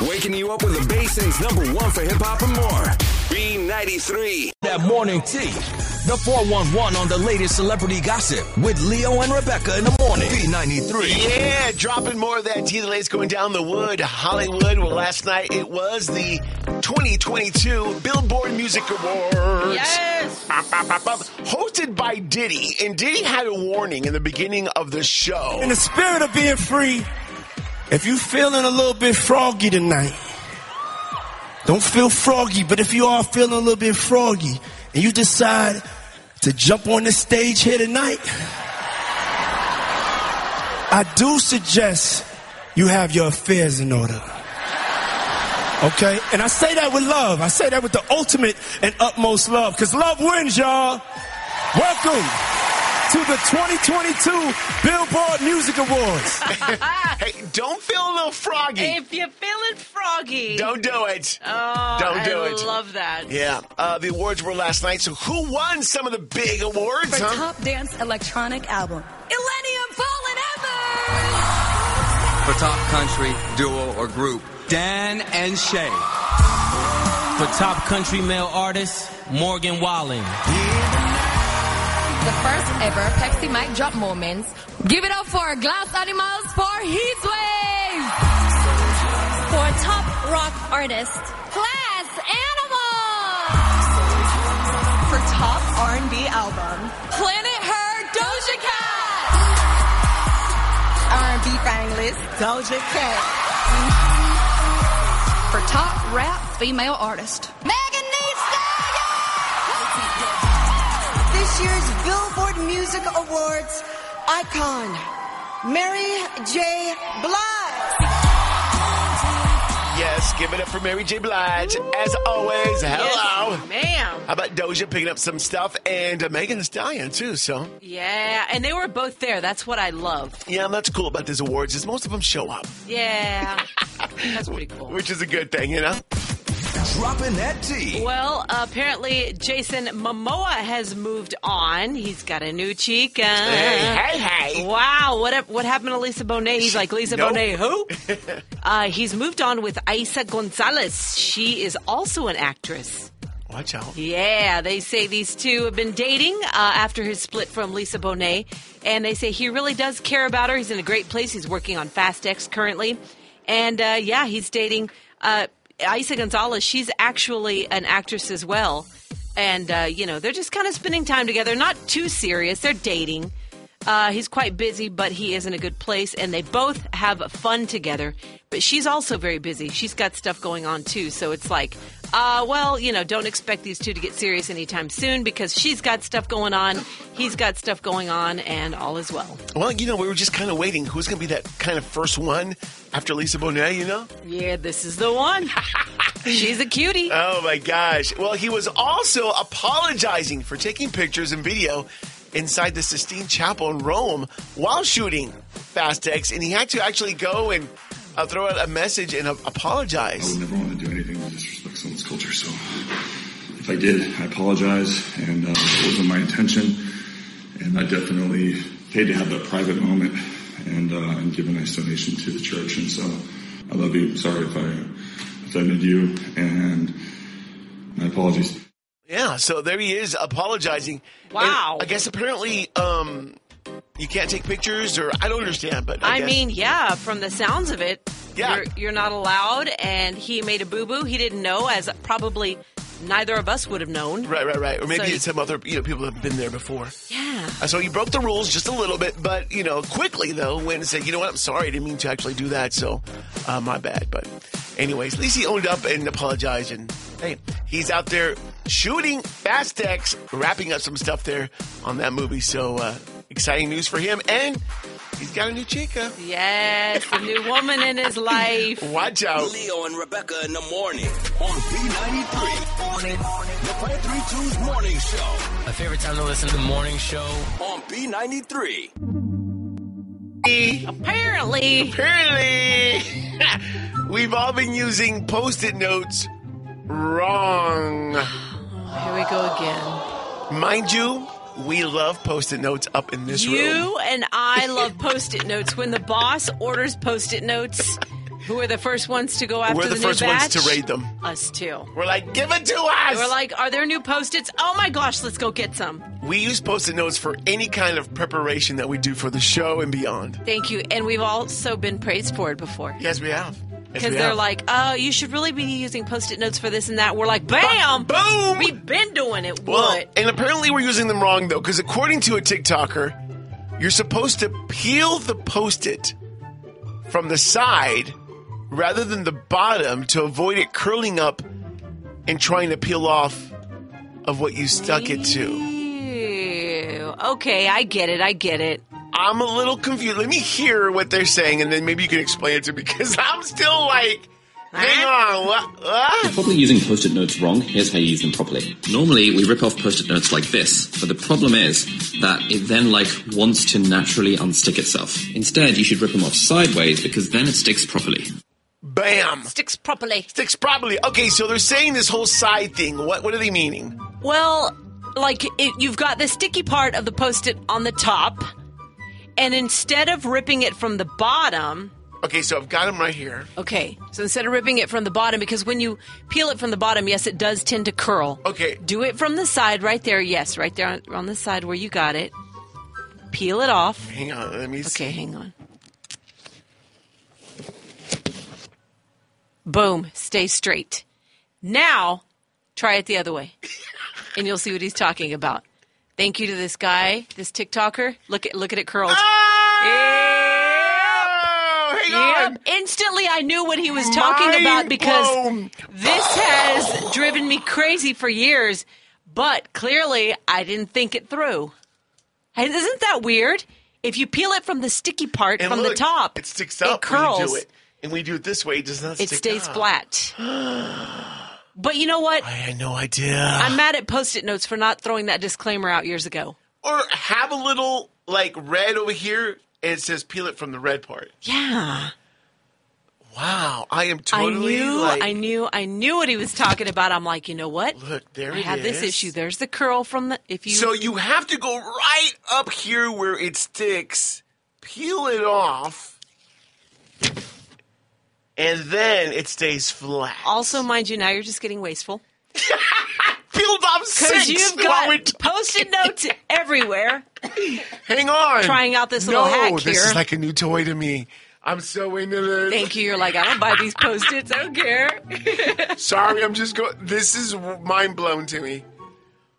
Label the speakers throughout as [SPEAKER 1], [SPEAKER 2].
[SPEAKER 1] Waking you up with the Basin's number one for hip hop and more. B93.
[SPEAKER 2] That morning tea. The 411 on the latest celebrity gossip with Leo and Rebecca in the morning. B93.
[SPEAKER 3] Yeah, dropping more of that tea the late's going down the wood, Hollywood. Well, last night it was the 2022 Billboard Music Awards.
[SPEAKER 4] Yes.
[SPEAKER 3] Bop, bop, bop, bop. Hosted by Diddy. And Diddy had a warning in the beginning of the show.
[SPEAKER 5] In the spirit of being free, if you feeling a little bit froggy tonight, don't feel froggy, but if you are feeling a little bit froggy and you decide to jump on the stage here tonight, I do suggest you have your affairs in order. Okay? And I say that with love. I say that with the ultimate and utmost love, because love wins, y'all. Welcome to the 2022 Billboard Music Awards.
[SPEAKER 3] hey, don't feel a little froggy.
[SPEAKER 4] If you're feeling froggy,
[SPEAKER 3] Don't do it.
[SPEAKER 4] Oh,
[SPEAKER 3] Don't do
[SPEAKER 4] I
[SPEAKER 3] it.
[SPEAKER 4] love that.
[SPEAKER 3] yeah, uh, the awards were last night. So who won some of the big awards?
[SPEAKER 6] for
[SPEAKER 3] huh?
[SPEAKER 6] top dance electronic album. Illenium Fallen Ever!
[SPEAKER 7] for top country, duo, or group. Dan and Shay.
[SPEAKER 8] For top country male artist, Morgan Wallen.
[SPEAKER 9] the first ever Pepsi Mike Drop Moments. Give it up for Glass Animals for Heatwave! For Top Rock Artist, Glass Animals! For Top R&B Album, Planet Her Doja Cat! R&B Fanglist, Doja Cat. For Top Rap Female Artist, Megan Thee Stallion!
[SPEAKER 10] This year's Billboard Music Awards icon, Mary J. Blige.
[SPEAKER 3] Yes, give it up for Mary J. Blige. As always, hello.
[SPEAKER 4] Yes, ma'am.
[SPEAKER 3] How about Doja picking up some stuff and uh, Megan Thee Stallion too? So
[SPEAKER 4] Yeah, and they were both there. That's what I love.
[SPEAKER 3] yeah, that's cool about these awards is most of them show up,
[SPEAKER 4] Yeah, that's pretty cool.
[SPEAKER 3] which is a good thing, you know.
[SPEAKER 2] Dropping that tea.
[SPEAKER 4] Well, apparently Jason Momoa has moved on. He's got a new chica.
[SPEAKER 3] Hey, hey, hey.
[SPEAKER 4] Wow, what hap- what happened to Lisa Bonet? He's like Lisa
[SPEAKER 3] Nope.
[SPEAKER 4] Bonet who? uh, he's moved on with Isa Gonzalez. She is also an actress.
[SPEAKER 3] Watch out.
[SPEAKER 4] Yeah, they say these two have been dating uh, after his split from Lisa Bonet, and they say he really does care about her. He's in a great place. He's working on Fast X currently, and uh, yeah, he's dating uh, Isa Gonzalez. She's actually an actress as well, and uh, you know they're just kind of spending time together. Not too serious. They're dating. Uh, he's quite busy, but he is in a good place, and they both have fun together. But she's also very busy. She's got stuff going on too, so it's like, uh, well, you know, don't expect these two to get serious anytime soon because she's got stuff going on, he's got stuff going on, and all is well.
[SPEAKER 3] Well, you know, we were just kind of waiting. Who's going to be that kind of first one after Lisa Bonet? You know.
[SPEAKER 4] Yeah, this is the one. she's a cutie.
[SPEAKER 3] Oh my gosh. Well, he was also apologizing for taking pictures and video inside the Sistine Chapel in Rome while shooting Fast X, and he had to actually go and uh, throw out a message and uh, apologize.
[SPEAKER 11] never want to do anything to disrespect someone's culture. So if I did, I apologize, and uh, it wasn't my intention. And I definitely paid to have that private moment and uh, and give a nice donation to the church. And so I love you. Sorry if I offended you, and my apologies.
[SPEAKER 3] Yeah, so there he is apologizing.
[SPEAKER 4] Wow.
[SPEAKER 3] And I guess apparently um you can't take pictures or I don't understand, but I,
[SPEAKER 4] I
[SPEAKER 3] guess-
[SPEAKER 4] mean, yeah, from the sounds of it,
[SPEAKER 3] Yeah.
[SPEAKER 4] you're, you're not allowed, and he made a boo boo he didn't know, as probably neither of us would have known.
[SPEAKER 3] Right, right, right. Or maybe
[SPEAKER 4] So you-
[SPEAKER 3] it's some other you know, people have been there before.
[SPEAKER 4] Yeah.
[SPEAKER 3] Uh, So you broke the rules just a little bit, but you know, quickly though, went and said, you know what, I'm sorry, I didn't mean to actually do that, so uh, my bad. But anyways, at least he owned up and apologized and hey, he's out there shooting Fast X, wrapping up some stuff there on that movie. So uh exciting news for him and he's got a new chica.
[SPEAKER 4] Yes, a new woman in his life.
[SPEAKER 3] Watch out.
[SPEAKER 2] Leo and Rebecca in the morning on B93. The 532's morning show
[SPEAKER 8] My favorite time to listen to the morning show.
[SPEAKER 2] on B93.
[SPEAKER 4] Apparently,
[SPEAKER 3] Apparently, we've all been using post it notes wrong.
[SPEAKER 4] here we go again.
[SPEAKER 3] Mind you, we love post it notes up in this room.
[SPEAKER 4] You and I love post it notes. When the boss orders post it notes, Who are the first ones to go after
[SPEAKER 3] We're the,
[SPEAKER 4] new
[SPEAKER 3] first ones
[SPEAKER 4] batch?
[SPEAKER 3] to raid them.
[SPEAKER 4] Us too.
[SPEAKER 3] We're like, give it to us.
[SPEAKER 4] We're like, are there new post-its? Oh my gosh, let's go get some.
[SPEAKER 3] We use post-it notes for any kind of preparation that we do for the show and beyond.
[SPEAKER 4] Thank you. And we've also been praised for it before.
[SPEAKER 3] Yes, we have. Yes,
[SPEAKER 4] Because
[SPEAKER 3] we
[SPEAKER 4] they're
[SPEAKER 3] have.
[SPEAKER 4] like, oh, you should really be using post-it notes for this and that. We're like, bam,
[SPEAKER 3] boom.
[SPEAKER 4] We've been doing it.
[SPEAKER 3] Well,
[SPEAKER 4] what?
[SPEAKER 3] and apparently we're using them wrong though, because according to a TikToker, you're supposed to peel the post-it from the side rather than the bottom to avoid it curling up and trying to peel off of what you stuck it to.
[SPEAKER 4] Ew. Okay, I get it. I get it.
[SPEAKER 3] I'm a little confused. Let me hear what they're saying, and then maybe you can explain it to me because I'm still like, hang on, what? what?
[SPEAKER 2] You're probably using post-it notes wrong. Here's how you use them properly. Normally, we rip off post-it notes like this, but the problem is that it then like wants to naturally unstick itself. Instead, you should rip them off sideways because then it sticks properly.
[SPEAKER 3] Bam.
[SPEAKER 4] Sticks properly.
[SPEAKER 3] Sticks properly. Okay, so they're saying this whole side thing. What what are they meaning?
[SPEAKER 4] Well, like it, you've got the sticky part of the post-it on the top, and instead of ripping it from the bottom,
[SPEAKER 3] Okay, so I've got them right here.
[SPEAKER 4] okay. So instead of ripping it from the bottom, because when you peel it from the bottom, yes, it does tend to curl.
[SPEAKER 3] Okay.
[SPEAKER 4] Do it from the side, right there. Yes, right there on, on the side where you got it. Peel it off.
[SPEAKER 3] Hang on, let me see.
[SPEAKER 4] Okay, hang on. Boom. Stay straight. Now, try it the other way, and you'll see what he's talking about. Thank you to this guy, this TikToker. Look at look at it curled.
[SPEAKER 3] Oh, hang
[SPEAKER 4] Yep.
[SPEAKER 3] on.
[SPEAKER 4] Instantly, I knew what he was talking
[SPEAKER 3] Mind
[SPEAKER 4] about because
[SPEAKER 3] blown.
[SPEAKER 4] this has driven me crazy for years. But clearly, I didn't think it through. And isn't that weird? If you peel it from the sticky part
[SPEAKER 3] And
[SPEAKER 4] from the
[SPEAKER 3] look,
[SPEAKER 4] top,
[SPEAKER 3] It sticks up.
[SPEAKER 4] It
[SPEAKER 3] when you
[SPEAKER 4] curls.
[SPEAKER 3] do it. And we do it this way, it does not
[SPEAKER 4] It
[SPEAKER 3] stick
[SPEAKER 4] stays
[SPEAKER 3] up.
[SPEAKER 4] flat. But you know what?
[SPEAKER 3] I had no idea.
[SPEAKER 4] I'm mad at post-it notes for not throwing that disclaimer out years ago.
[SPEAKER 3] or have a little like red over here and it says peel it from the red part.
[SPEAKER 4] Yeah.
[SPEAKER 3] Wow. I am totally
[SPEAKER 4] I knew,
[SPEAKER 3] like
[SPEAKER 4] I knew, I knew what he was talking about. I'm like, you know what?
[SPEAKER 3] look, there
[SPEAKER 4] I
[SPEAKER 3] it
[SPEAKER 4] have this
[SPEAKER 3] is.
[SPEAKER 4] issue. There's the curl from the if you
[SPEAKER 3] So you have to go right up here where it sticks, peel it off, and then it stays flat.
[SPEAKER 4] also mind you now you're just getting wasteful
[SPEAKER 3] Peeled off
[SPEAKER 4] because
[SPEAKER 3] six.
[SPEAKER 4] you've
[SPEAKER 3] while
[SPEAKER 4] got
[SPEAKER 3] we're t-
[SPEAKER 4] post-it notes everywhere.
[SPEAKER 3] Hang on.
[SPEAKER 4] trying out this
[SPEAKER 3] no,
[SPEAKER 4] little hack
[SPEAKER 3] this
[SPEAKER 4] here.
[SPEAKER 3] is like a new toy to me. I'm so into this.
[SPEAKER 4] Thank you. You're like, I don't buy these post-its. I don't care.
[SPEAKER 3] Sorry, I'm just going. This is mind blown to me.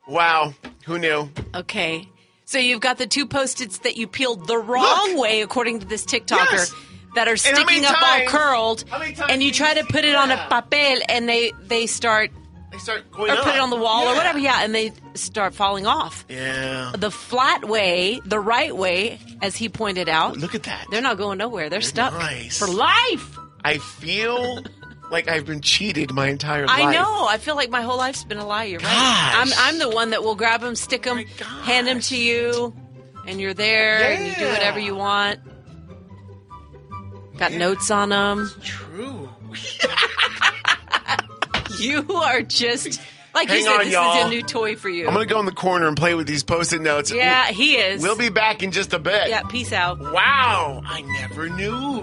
[SPEAKER 3] Wow. Who knew?
[SPEAKER 4] Okay. So you've got the two post-its that you peeled the wrong way, according to this TikToker,
[SPEAKER 3] Yes.
[SPEAKER 4] that are
[SPEAKER 3] how many
[SPEAKER 4] sticking up
[SPEAKER 3] times-
[SPEAKER 4] all curled,
[SPEAKER 3] how many times
[SPEAKER 4] and you
[SPEAKER 3] do
[SPEAKER 4] try
[SPEAKER 3] you
[SPEAKER 4] to put
[SPEAKER 3] see
[SPEAKER 4] it on a
[SPEAKER 3] that?
[SPEAKER 4] papel, and they they start
[SPEAKER 3] They start going
[SPEAKER 4] or
[SPEAKER 3] up.
[SPEAKER 4] put it on the wall or
[SPEAKER 3] Yeah.
[SPEAKER 4] whatever, yeah, and they start falling off.
[SPEAKER 3] Yeah.
[SPEAKER 4] The flat way, the right way, as he pointed out.
[SPEAKER 3] Look at that.
[SPEAKER 4] They're not going nowhere. They're stuck
[SPEAKER 3] nice.
[SPEAKER 4] for life.
[SPEAKER 3] I feel like I've been cheated my entire life.
[SPEAKER 4] I know. I feel like my whole life's been a lie. You're right.
[SPEAKER 3] Gosh.
[SPEAKER 4] I'm, I'm the one that will grab them, stick them, hand them to you, and you're there, and you do
[SPEAKER 3] Yeah.
[SPEAKER 4] whatever you want. Got notes on them.
[SPEAKER 3] True.
[SPEAKER 4] You are just like you
[SPEAKER 3] Hang
[SPEAKER 4] said.
[SPEAKER 3] on,
[SPEAKER 4] this is
[SPEAKER 3] y'all.
[SPEAKER 4] a new toy for you.
[SPEAKER 3] I'm gonna go in the corner and play with these post-it notes.
[SPEAKER 4] yeah, he is.
[SPEAKER 3] We'll be back in just a bit.
[SPEAKER 4] Yeah, peace out.
[SPEAKER 3] Wow, I never knew.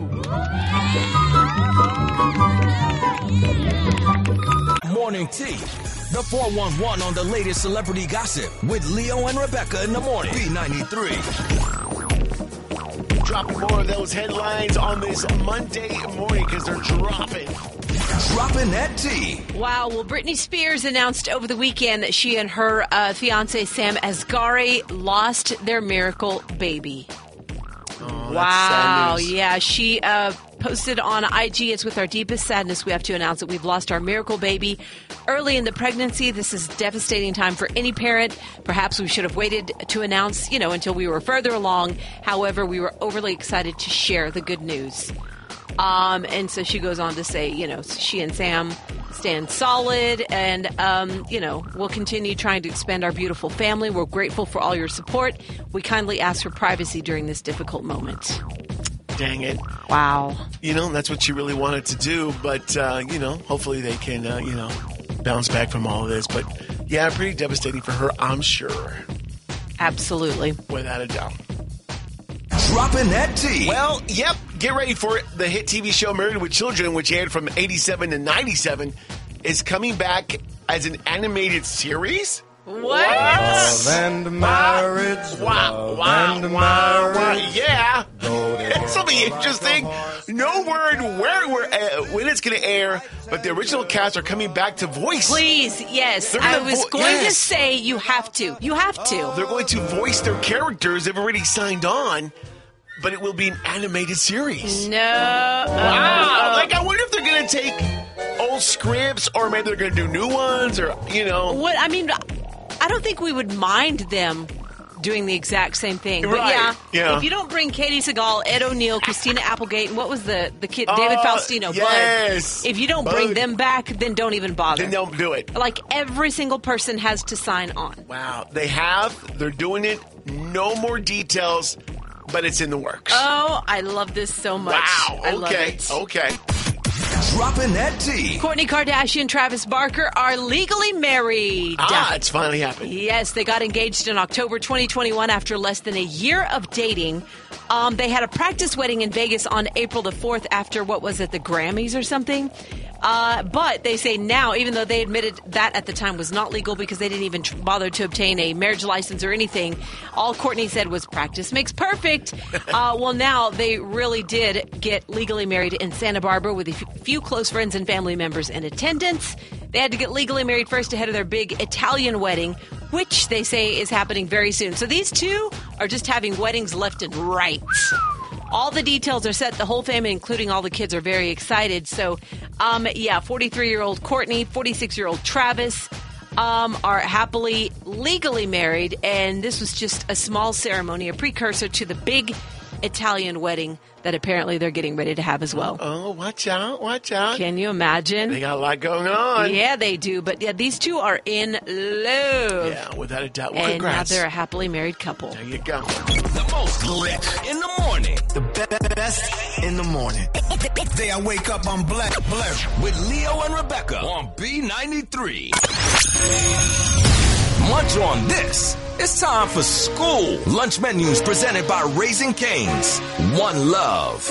[SPEAKER 8] Morning Tea. The 411 on the latest celebrity gossip with Leo and Rebecca in the morning. B93.
[SPEAKER 3] Dropping more of those headlines on this Monday morning because they're dropping.
[SPEAKER 8] Dropping that tea.
[SPEAKER 4] Wow. Well, Britney Spears announced over the weekend that she and her uh, fiance Sam Asghari lost their miracle baby.
[SPEAKER 3] Oh,
[SPEAKER 4] Wow.
[SPEAKER 3] That's sad news.
[SPEAKER 4] Yeah. She uh, posted on IG. It's with our deepest sadness we have to announce that we've lost our miracle baby early in the pregnancy. This is a devastating time for any parent. Perhaps we should have waited to announce, you know, until we were further along. However, we were overly excited to share the good news. Um, and so she goes on to say, you know, she and Sam stand solid and, um, you know, we'll continue trying to expand our beautiful family. We're grateful for all your support. We kindly ask for privacy during this difficult moment.
[SPEAKER 3] Dang it.
[SPEAKER 4] Wow.
[SPEAKER 3] You know, that's what she really wanted to do, but, uh, you know, hopefully they can, uh, you know, bounce back from all of this. But yeah, pretty devastating for her, I'm sure,
[SPEAKER 4] Absolutely.
[SPEAKER 3] without a doubt.
[SPEAKER 8] Dropping that T.
[SPEAKER 3] Well, yep. Get ready for it. The hit TV show Married with Children, which aired from 87 to 97, is coming back as an animated series?
[SPEAKER 4] What?
[SPEAKER 12] Love and marriage.
[SPEAKER 3] Wow,
[SPEAKER 12] wow,
[SPEAKER 3] wow, wow, yeah. This'll be interesting. No word where we're, uh, when it's going to air, but the original cast are coming back to voice.
[SPEAKER 4] Please, yes.
[SPEAKER 3] They're
[SPEAKER 4] I
[SPEAKER 3] gonna
[SPEAKER 4] was
[SPEAKER 3] vo-
[SPEAKER 4] going to
[SPEAKER 3] yes. Oh,
[SPEAKER 4] say you have to. You have to.
[SPEAKER 3] They're going to voice their characters. They've already signed on, but it will be an animated series.
[SPEAKER 4] No. uh,
[SPEAKER 3] Wow. Like, Oh I wonder if they're going to take old scripts or maybe they're going to do new ones or, you know.
[SPEAKER 4] What I mean, I don't think we would mind them doing the exact same thing. But
[SPEAKER 3] Right,
[SPEAKER 4] yeah,
[SPEAKER 3] yeah.
[SPEAKER 4] if you don't bring Katie Segal, Ed O'Neill, Christina Applegate, and what was the the kid David
[SPEAKER 3] Uh,
[SPEAKER 4] Faustino?
[SPEAKER 3] yes.
[SPEAKER 4] Bud. If you don't bring
[SPEAKER 3] Bud.
[SPEAKER 4] them back, then don't even bother.
[SPEAKER 3] Then don't do it.
[SPEAKER 4] Like every single person has to sign on.
[SPEAKER 3] Wow. They have, they're doing it. No more details, but it's in the works.
[SPEAKER 4] Oh, I love this so much.
[SPEAKER 3] wow. okay.
[SPEAKER 4] I love it.
[SPEAKER 3] Okay.
[SPEAKER 8] Dropping that T.
[SPEAKER 4] Courtney Kardashian, Travis Barker are legally married.
[SPEAKER 3] Ah, it's finally happened.
[SPEAKER 4] Yes, they got engaged in October 2021 after less than a year of dating. Um, they had a practice wedding in Vegas on April the 4th after what was it, the Grammys or something? Uh, but they say now, even though they admitted that at the time was not legal because they didn't even tr- bother to obtain a marriage license or anything, all Courtney said was practice makes perfect. Uh, well, now they really did get legally married in Santa Barbara with a f- few close friends and family members in attendance. They had to get legally married first ahead of their big Italian wedding, which they say is happening very soon. So these two are just having weddings left and right. All the details are set. The whole family, including all the kids, are very excited. So, um, yeah, 43 year old Courtney, 46 year old Travis um, are happily legally married. And this was just a small ceremony, a precursor to the big Italian wedding that apparently they're getting ready to have as well.
[SPEAKER 3] Oh, watch out. Watch out.
[SPEAKER 4] Can you imagine?
[SPEAKER 3] They got a lot going on.
[SPEAKER 4] Yeah, they do. But yeah, these two are in love.
[SPEAKER 3] Yeah, without a doubt. Well,
[SPEAKER 4] and
[SPEAKER 3] congrats.
[SPEAKER 4] now they're a happily married couple.
[SPEAKER 3] There you go.
[SPEAKER 8] The most lit in the morning. The best in the morning. Day I wake up, I'm black, black with Leo and Rebecca on B93. Munch on this. It's time for school. Lunch menus presented by Raising Canes. One love.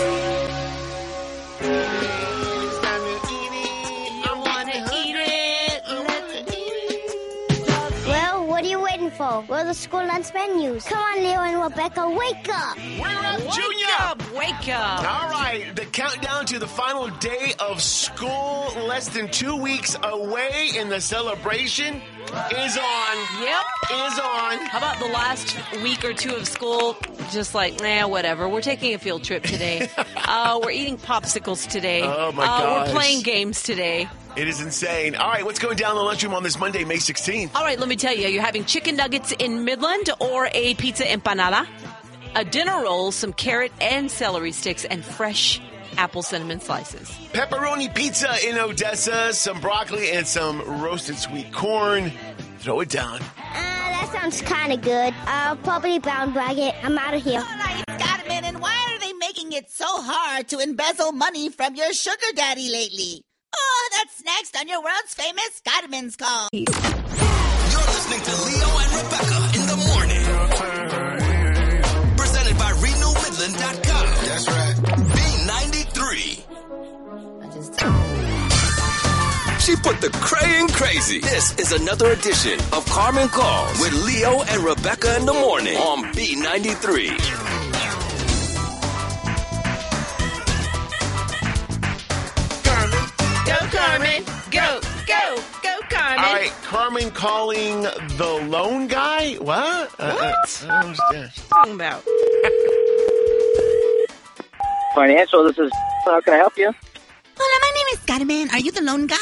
[SPEAKER 13] Well, what are you waiting for? We're the school lunch menus. Come on, Leo and Rebecca, wake up.
[SPEAKER 3] We're up,
[SPEAKER 4] Wake
[SPEAKER 3] Junior.
[SPEAKER 4] up, wake up.
[SPEAKER 3] All right, the countdown to the final day of school, less than two weeks away, and the celebration is on.
[SPEAKER 4] Yep.
[SPEAKER 3] Is on.
[SPEAKER 4] How about the last week or two of school? Just like, nah, whatever. We're taking a field trip today. uh, we're eating popsicles today.
[SPEAKER 3] Oh, my
[SPEAKER 4] uh,
[SPEAKER 3] gosh.
[SPEAKER 4] We're playing games today.
[SPEAKER 3] It is insane. All right, what's going down in the lunchroom on this Monday, May 16th?
[SPEAKER 4] All right, let me tell you, you're having chicken nuggets in Midland or a pizza empanada, a dinner roll, some carrot and celery sticks, and fresh apple cinnamon slices.
[SPEAKER 3] Pepperoni pizza in Odessa, some broccoli, and some roasted sweet corn. Throw it down.
[SPEAKER 13] Ah, that sounds kind of good. I'll probably bound bag it. I'm out of here.
[SPEAKER 9] Got it, and why are they making it so hard to embezzle money from your sugar daddy lately? Oh, that's next on your world's famous Godman's Call.
[SPEAKER 8] Presented by RenewMidland.com. That's right. B93. She put the cray in crazy. This is another edition of Carmen Calls with Leo and Rebecca in the morning on B93.
[SPEAKER 4] Go, Carmen. Go, go, go, Carmen.
[SPEAKER 3] All right, Carmen calling the lone guy? What? Uh, What? I don't understand.
[SPEAKER 4] Talking about.
[SPEAKER 5] Financial, this is. How can I help you?
[SPEAKER 9] Hola, my name is Carmen. Are you the lone guy?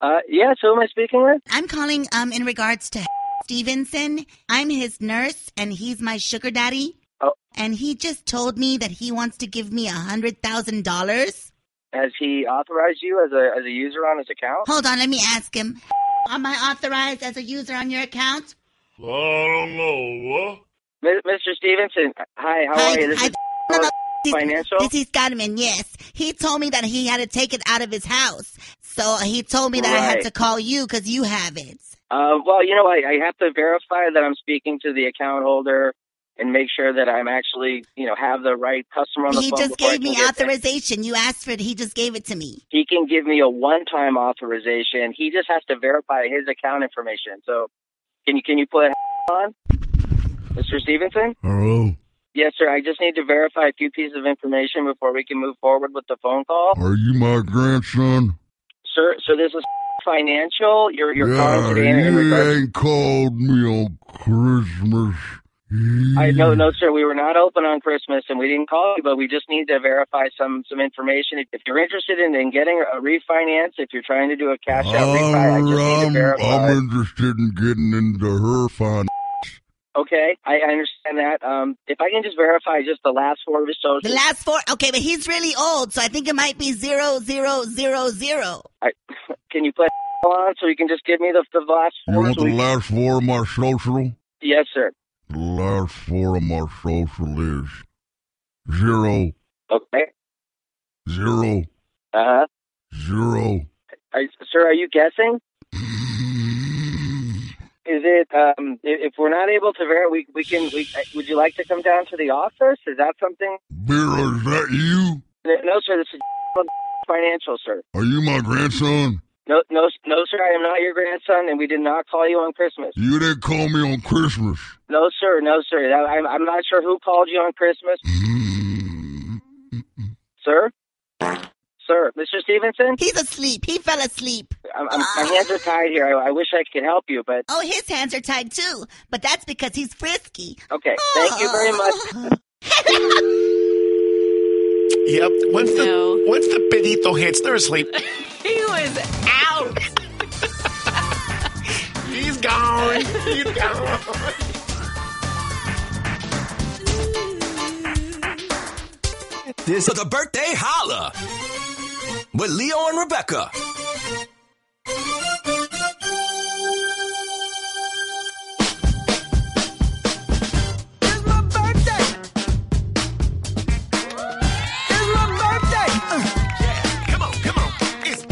[SPEAKER 5] Uh, yes, who am I speaking with?
[SPEAKER 9] I'm calling um in regards to Stevenson. I'm his nurse, and he's my sugar daddy.
[SPEAKER 5] Oh.
[SPEAKER 9] And he just told me that he wants to give me a hundred thousand dollars.
[SPEAKER 5] Has he authorized you as a as a user on his account?
[SPEAKER 9] Hold on, let me ask him. Am I authorized as a user on your account?
[SPEAKER 5] I don't know. What? Mr. Stevenson, hi, how are you? This Oh, is financial.
[SPEAKER 9] This is Godman, yes. He told me that he had to take it out of his house. So he told me that I had
[SPEAKER 5] Right.
[SPEAKER 9] to call you because you have it.
[SPEAKER 5] Uh, well, you know, I, I have to verify that I'm speaking to the account holder. and make sure that I'm actually, you know, have the right customer on the
[SPEAKER 9] He
[SPEAKER 5] phone.
[SPEAKER 9] just
[SPEAKER 5] before I
[SPEAKER 9] gave
[SPEAKER 5] can
[SPEAKER 9] me
[SPEAKER 5] get there.
[SPEAKER 9] authorization. You asked for it. He just gave it to me.
[SPEAKER 5] He can give me a one-time authorization. He just has to verify his account information. So, can you can you put on, Mr. Stevenson?
[SPEAKER 14] Hello.
[SPEAKER 5] Yes, sir. I just need to verify a few pieces of information before we can move forward with the phone call,
[SPEAKER 14] Are you my grandson?
[SPEAKER 5] sir. So this is financial. You're you're calling
[SPEAKER 14] yeah,
[SPEAKER 5] today in, in
[SPEAKER 14] you
[SPEAKER 5] regards.
[SPEAKER 14] ain't called me on Christmas.
[SPEAKER 5] I no no sir, we were not open on Christmas and we didn't call you, but we just need to verify some some information. If, if you're interested in, in getting a refinance, if you're trying to do a cash out refi, I just need to
[SPEAKER 14] I'm, I'm,
[SPEAKER 5] verify.
[SPEAKER 14] interested in getting into her fine.
[SPEAKER 5] Okay, I, I understand that. Um, if I can just verify just the last four of his social.
[SPEAKER 9] The last four. Okay, but he's really old, so I think it might be zero zero zero zero.
[SPEAKER 5] I, can you put on so you can just give me the the last
[SPEAKER 14] You
[SPEAKER 5] four?
[SPEAKER 14] want
[SPEAKER 5] so
[SPEAKER 14] the
[SPEAKER 5] we-
[SPEAKER 14] last four of my social?
[SPEAKER 5] yes, sir.
[SPEAKER 14] The last four of my social is zero,
[SPEAKER 5] Okay.
[SPEAKER 14] zero,
[SPEAKER 5] Uh huh.
[SPEAKER 14] zero.
[SPEAKER 5] Are, sir, are you guessing? Is it um, i- if we're not able to verify, we, we can. We, I- would you like to come down to the office? Is that something?
[SPEAKER 14] Beer, is that you?
[SPEAKER 5] No, sir. This is financial, sir.
[SPEAKER 14] Are you my grandson?
[SPEAKER 5] No, no, no, sir. I am not your grandson, and we did not call you on Christmas.
[SPEAKER 14] You didn't call me on Christmas.
[SPEAKER 5] No, sir. No, sir. That- I'm, I'm not sure who called you on Christmas. sir? Sir, Mr. Stevenson?
[SPEAKER 9] He's asleep. He fell asleep.
[SPEAKER 5] I'm, I'm, my hands are tied here. I, I wish I could help you, but.
[SPEAKER 9] Oh, his hands are tied too, but that's because he's frisky.
[SPEAKER 5] Okay. Thank you very much.
[SPEAKER 3] Yep. Once the once the pedito hits, they're asleep.
[SPEAKER 4] He was out.
[SPEAKER 3] He's gone. He's gone.
[SPEAKER 8] This is the birthday holla with Leo and Rebecca.
[SPEAKER 15] It's my birthday. yeah, come on, come on. It's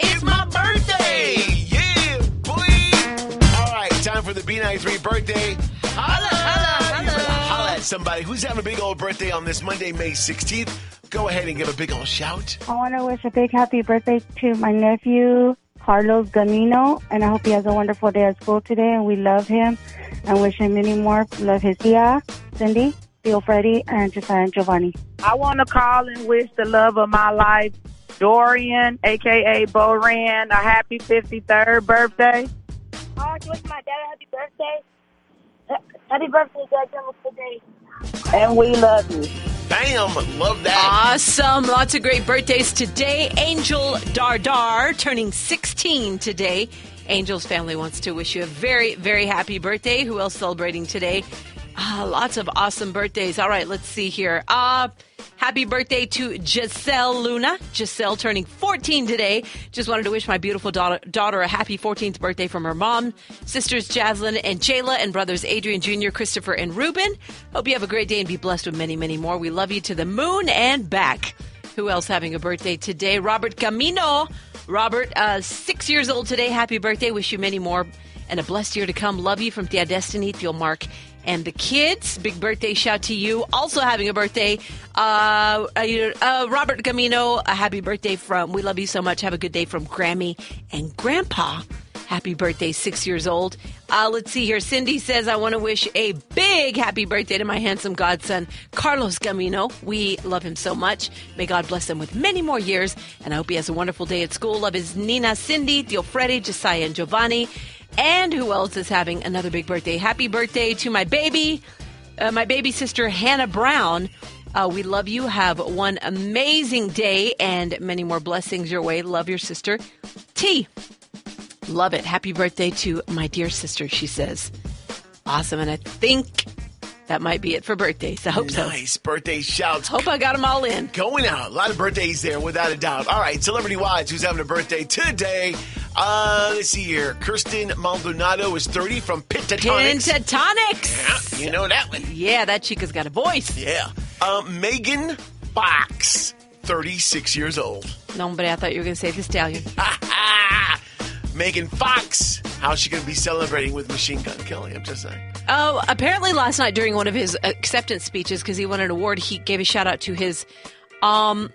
[SPEAKER 15] it's my birthday.
[SPEAKER 3] Yeah, boy. All right, time for the B93 birthday. Holla, holla, holla. Holla at somebody who's having a big old birthday on this Monday, May 16th. Go ahead and give a big old shout.
[SPEAKER 16] I want to wish a big happy birthday to my nephew, Carlos Gamino, and I hope he has a wonderful day at school today. And we love him and wish him many more. Love his tia, Cindy, Theo Freddy, and Josiah and Giovanni.
[SPEAKER 17] I want to call and wish the love of my life, Dorian, aka Boran, a happy 53rd birthday.
[SPEAKER 11] I want to wish my dad a happy birthday. Ha- Happy birthday, Dad. Have a good day.
[SPEAKER 17] And we love you.
[SPEAKER 3] Bam! Love that.
[SPEAKER 4] Awesome. Lots of great birthdays today. Angel Dardar turning 16 today. Angel's family wants to wish you a very, very happy birthday. Who else celebrating today? Ah, lots of awesome birthdays. All right, let's see here. Uh, happy birthday to Giselle Luna. Giselle turning 14 today. Just wanted to wish my beautiful daughter, daughter a happy 14th birthday from her mom, sisters Jaslyn and Jayla, and brothers Adrian Jr., Christopher, and Ruben. Hope you have a great day and be blessed with many, many more. We love you to the moon and back. Who else having a birthday today? Robert Camino. Robert, uh, six years old today. Happy birthday. Wish you many more and a blessed year to come. Love you from Tia Destiny, Theo Mark, and the kids. Big birthday shout to you. Also having a birthday, uh, uh, uh, Robert Gamino. A happy birthday from, we love you so much. Have a good day from Grammy and Grandpa. Happy birthday, six years old. Uh, let's see here. Cindy says, I want to wish a big happy birthday to my handsome godson, Carlos Gamino. We love him so much. May God bless him with many more years. And I hope he has a wonderful day at school. Love is Nina, Cindy, Theo Freddy, Josiah, and Giovanni. And who else is having another big birthday? Happy birthday to my baby, uh, my baby sister, Hannah Brown. Uh, we love you. Have one amazing day and many more blessings your way. Love your sister, T. Love it. Happy birthday to my dear sister, she says. Awesome. And I think that might be it for birthdays. I hope so.
[SPEAKER 3] Nice birthday shouts.
[SPEAKER 4] Hope I got them all in.
[SPEAKER 3] Going out. A lot of birthdays there, without a doubt. All right, Celebrity Wives, who's having a birthday today? Uh, let's see here. Kirsten Maldonado is 30 from Pentatonix.
[SPEAKER 4] Pentatonics.
[SPEAKER 3] You know that one.
[SPEAKER 4] Yeah, that chica's got a voice.
[SPEAKER 3] Yeah. Uh, Megan Fox, 36 years old.
[SPEAKER 4] No, hombre, I thought you were going to say the stallion.
[SPEAKER 3] Megan Fox. How's she going to be celebrating with Machine Gun Kelly? I'm just saying.
[SPEAKER 4] Oh, apparently last night during one of his acceptance speeches, because he won an award, he gave a shout out to his um,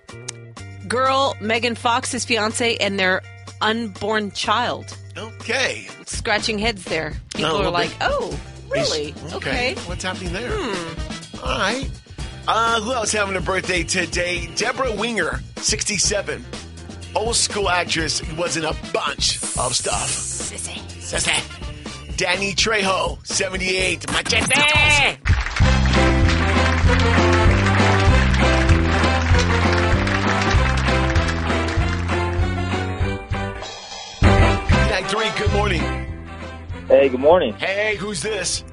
[SPEAKER 4] girl, Megan Fox, his fiance, and their unborn child.
[SPEAKER 3] Okay.
[SPEAKER 4] Scratching heads there. People
[SPEAKER 3] Oh,
[SPEAKER 4] are
[SPEAKER 3] okay.
[SPEAKER 4] like, oh, really?
[SPEAKER 3] Is-
[SPEAKER 4] okay. Hmm.
[SPEAKER 3] What's happening there? All right. Uh, who else having a birthday today? Deborah Winger, 67. Old school actress who was in a bunch of stuff. Sissy. Sissy. Danny Trejo, 78. Machete. Nine three. Good morning.
[SPEAKER 1] Hey, good morning.
[SPEAKER 3] Hey, who's this?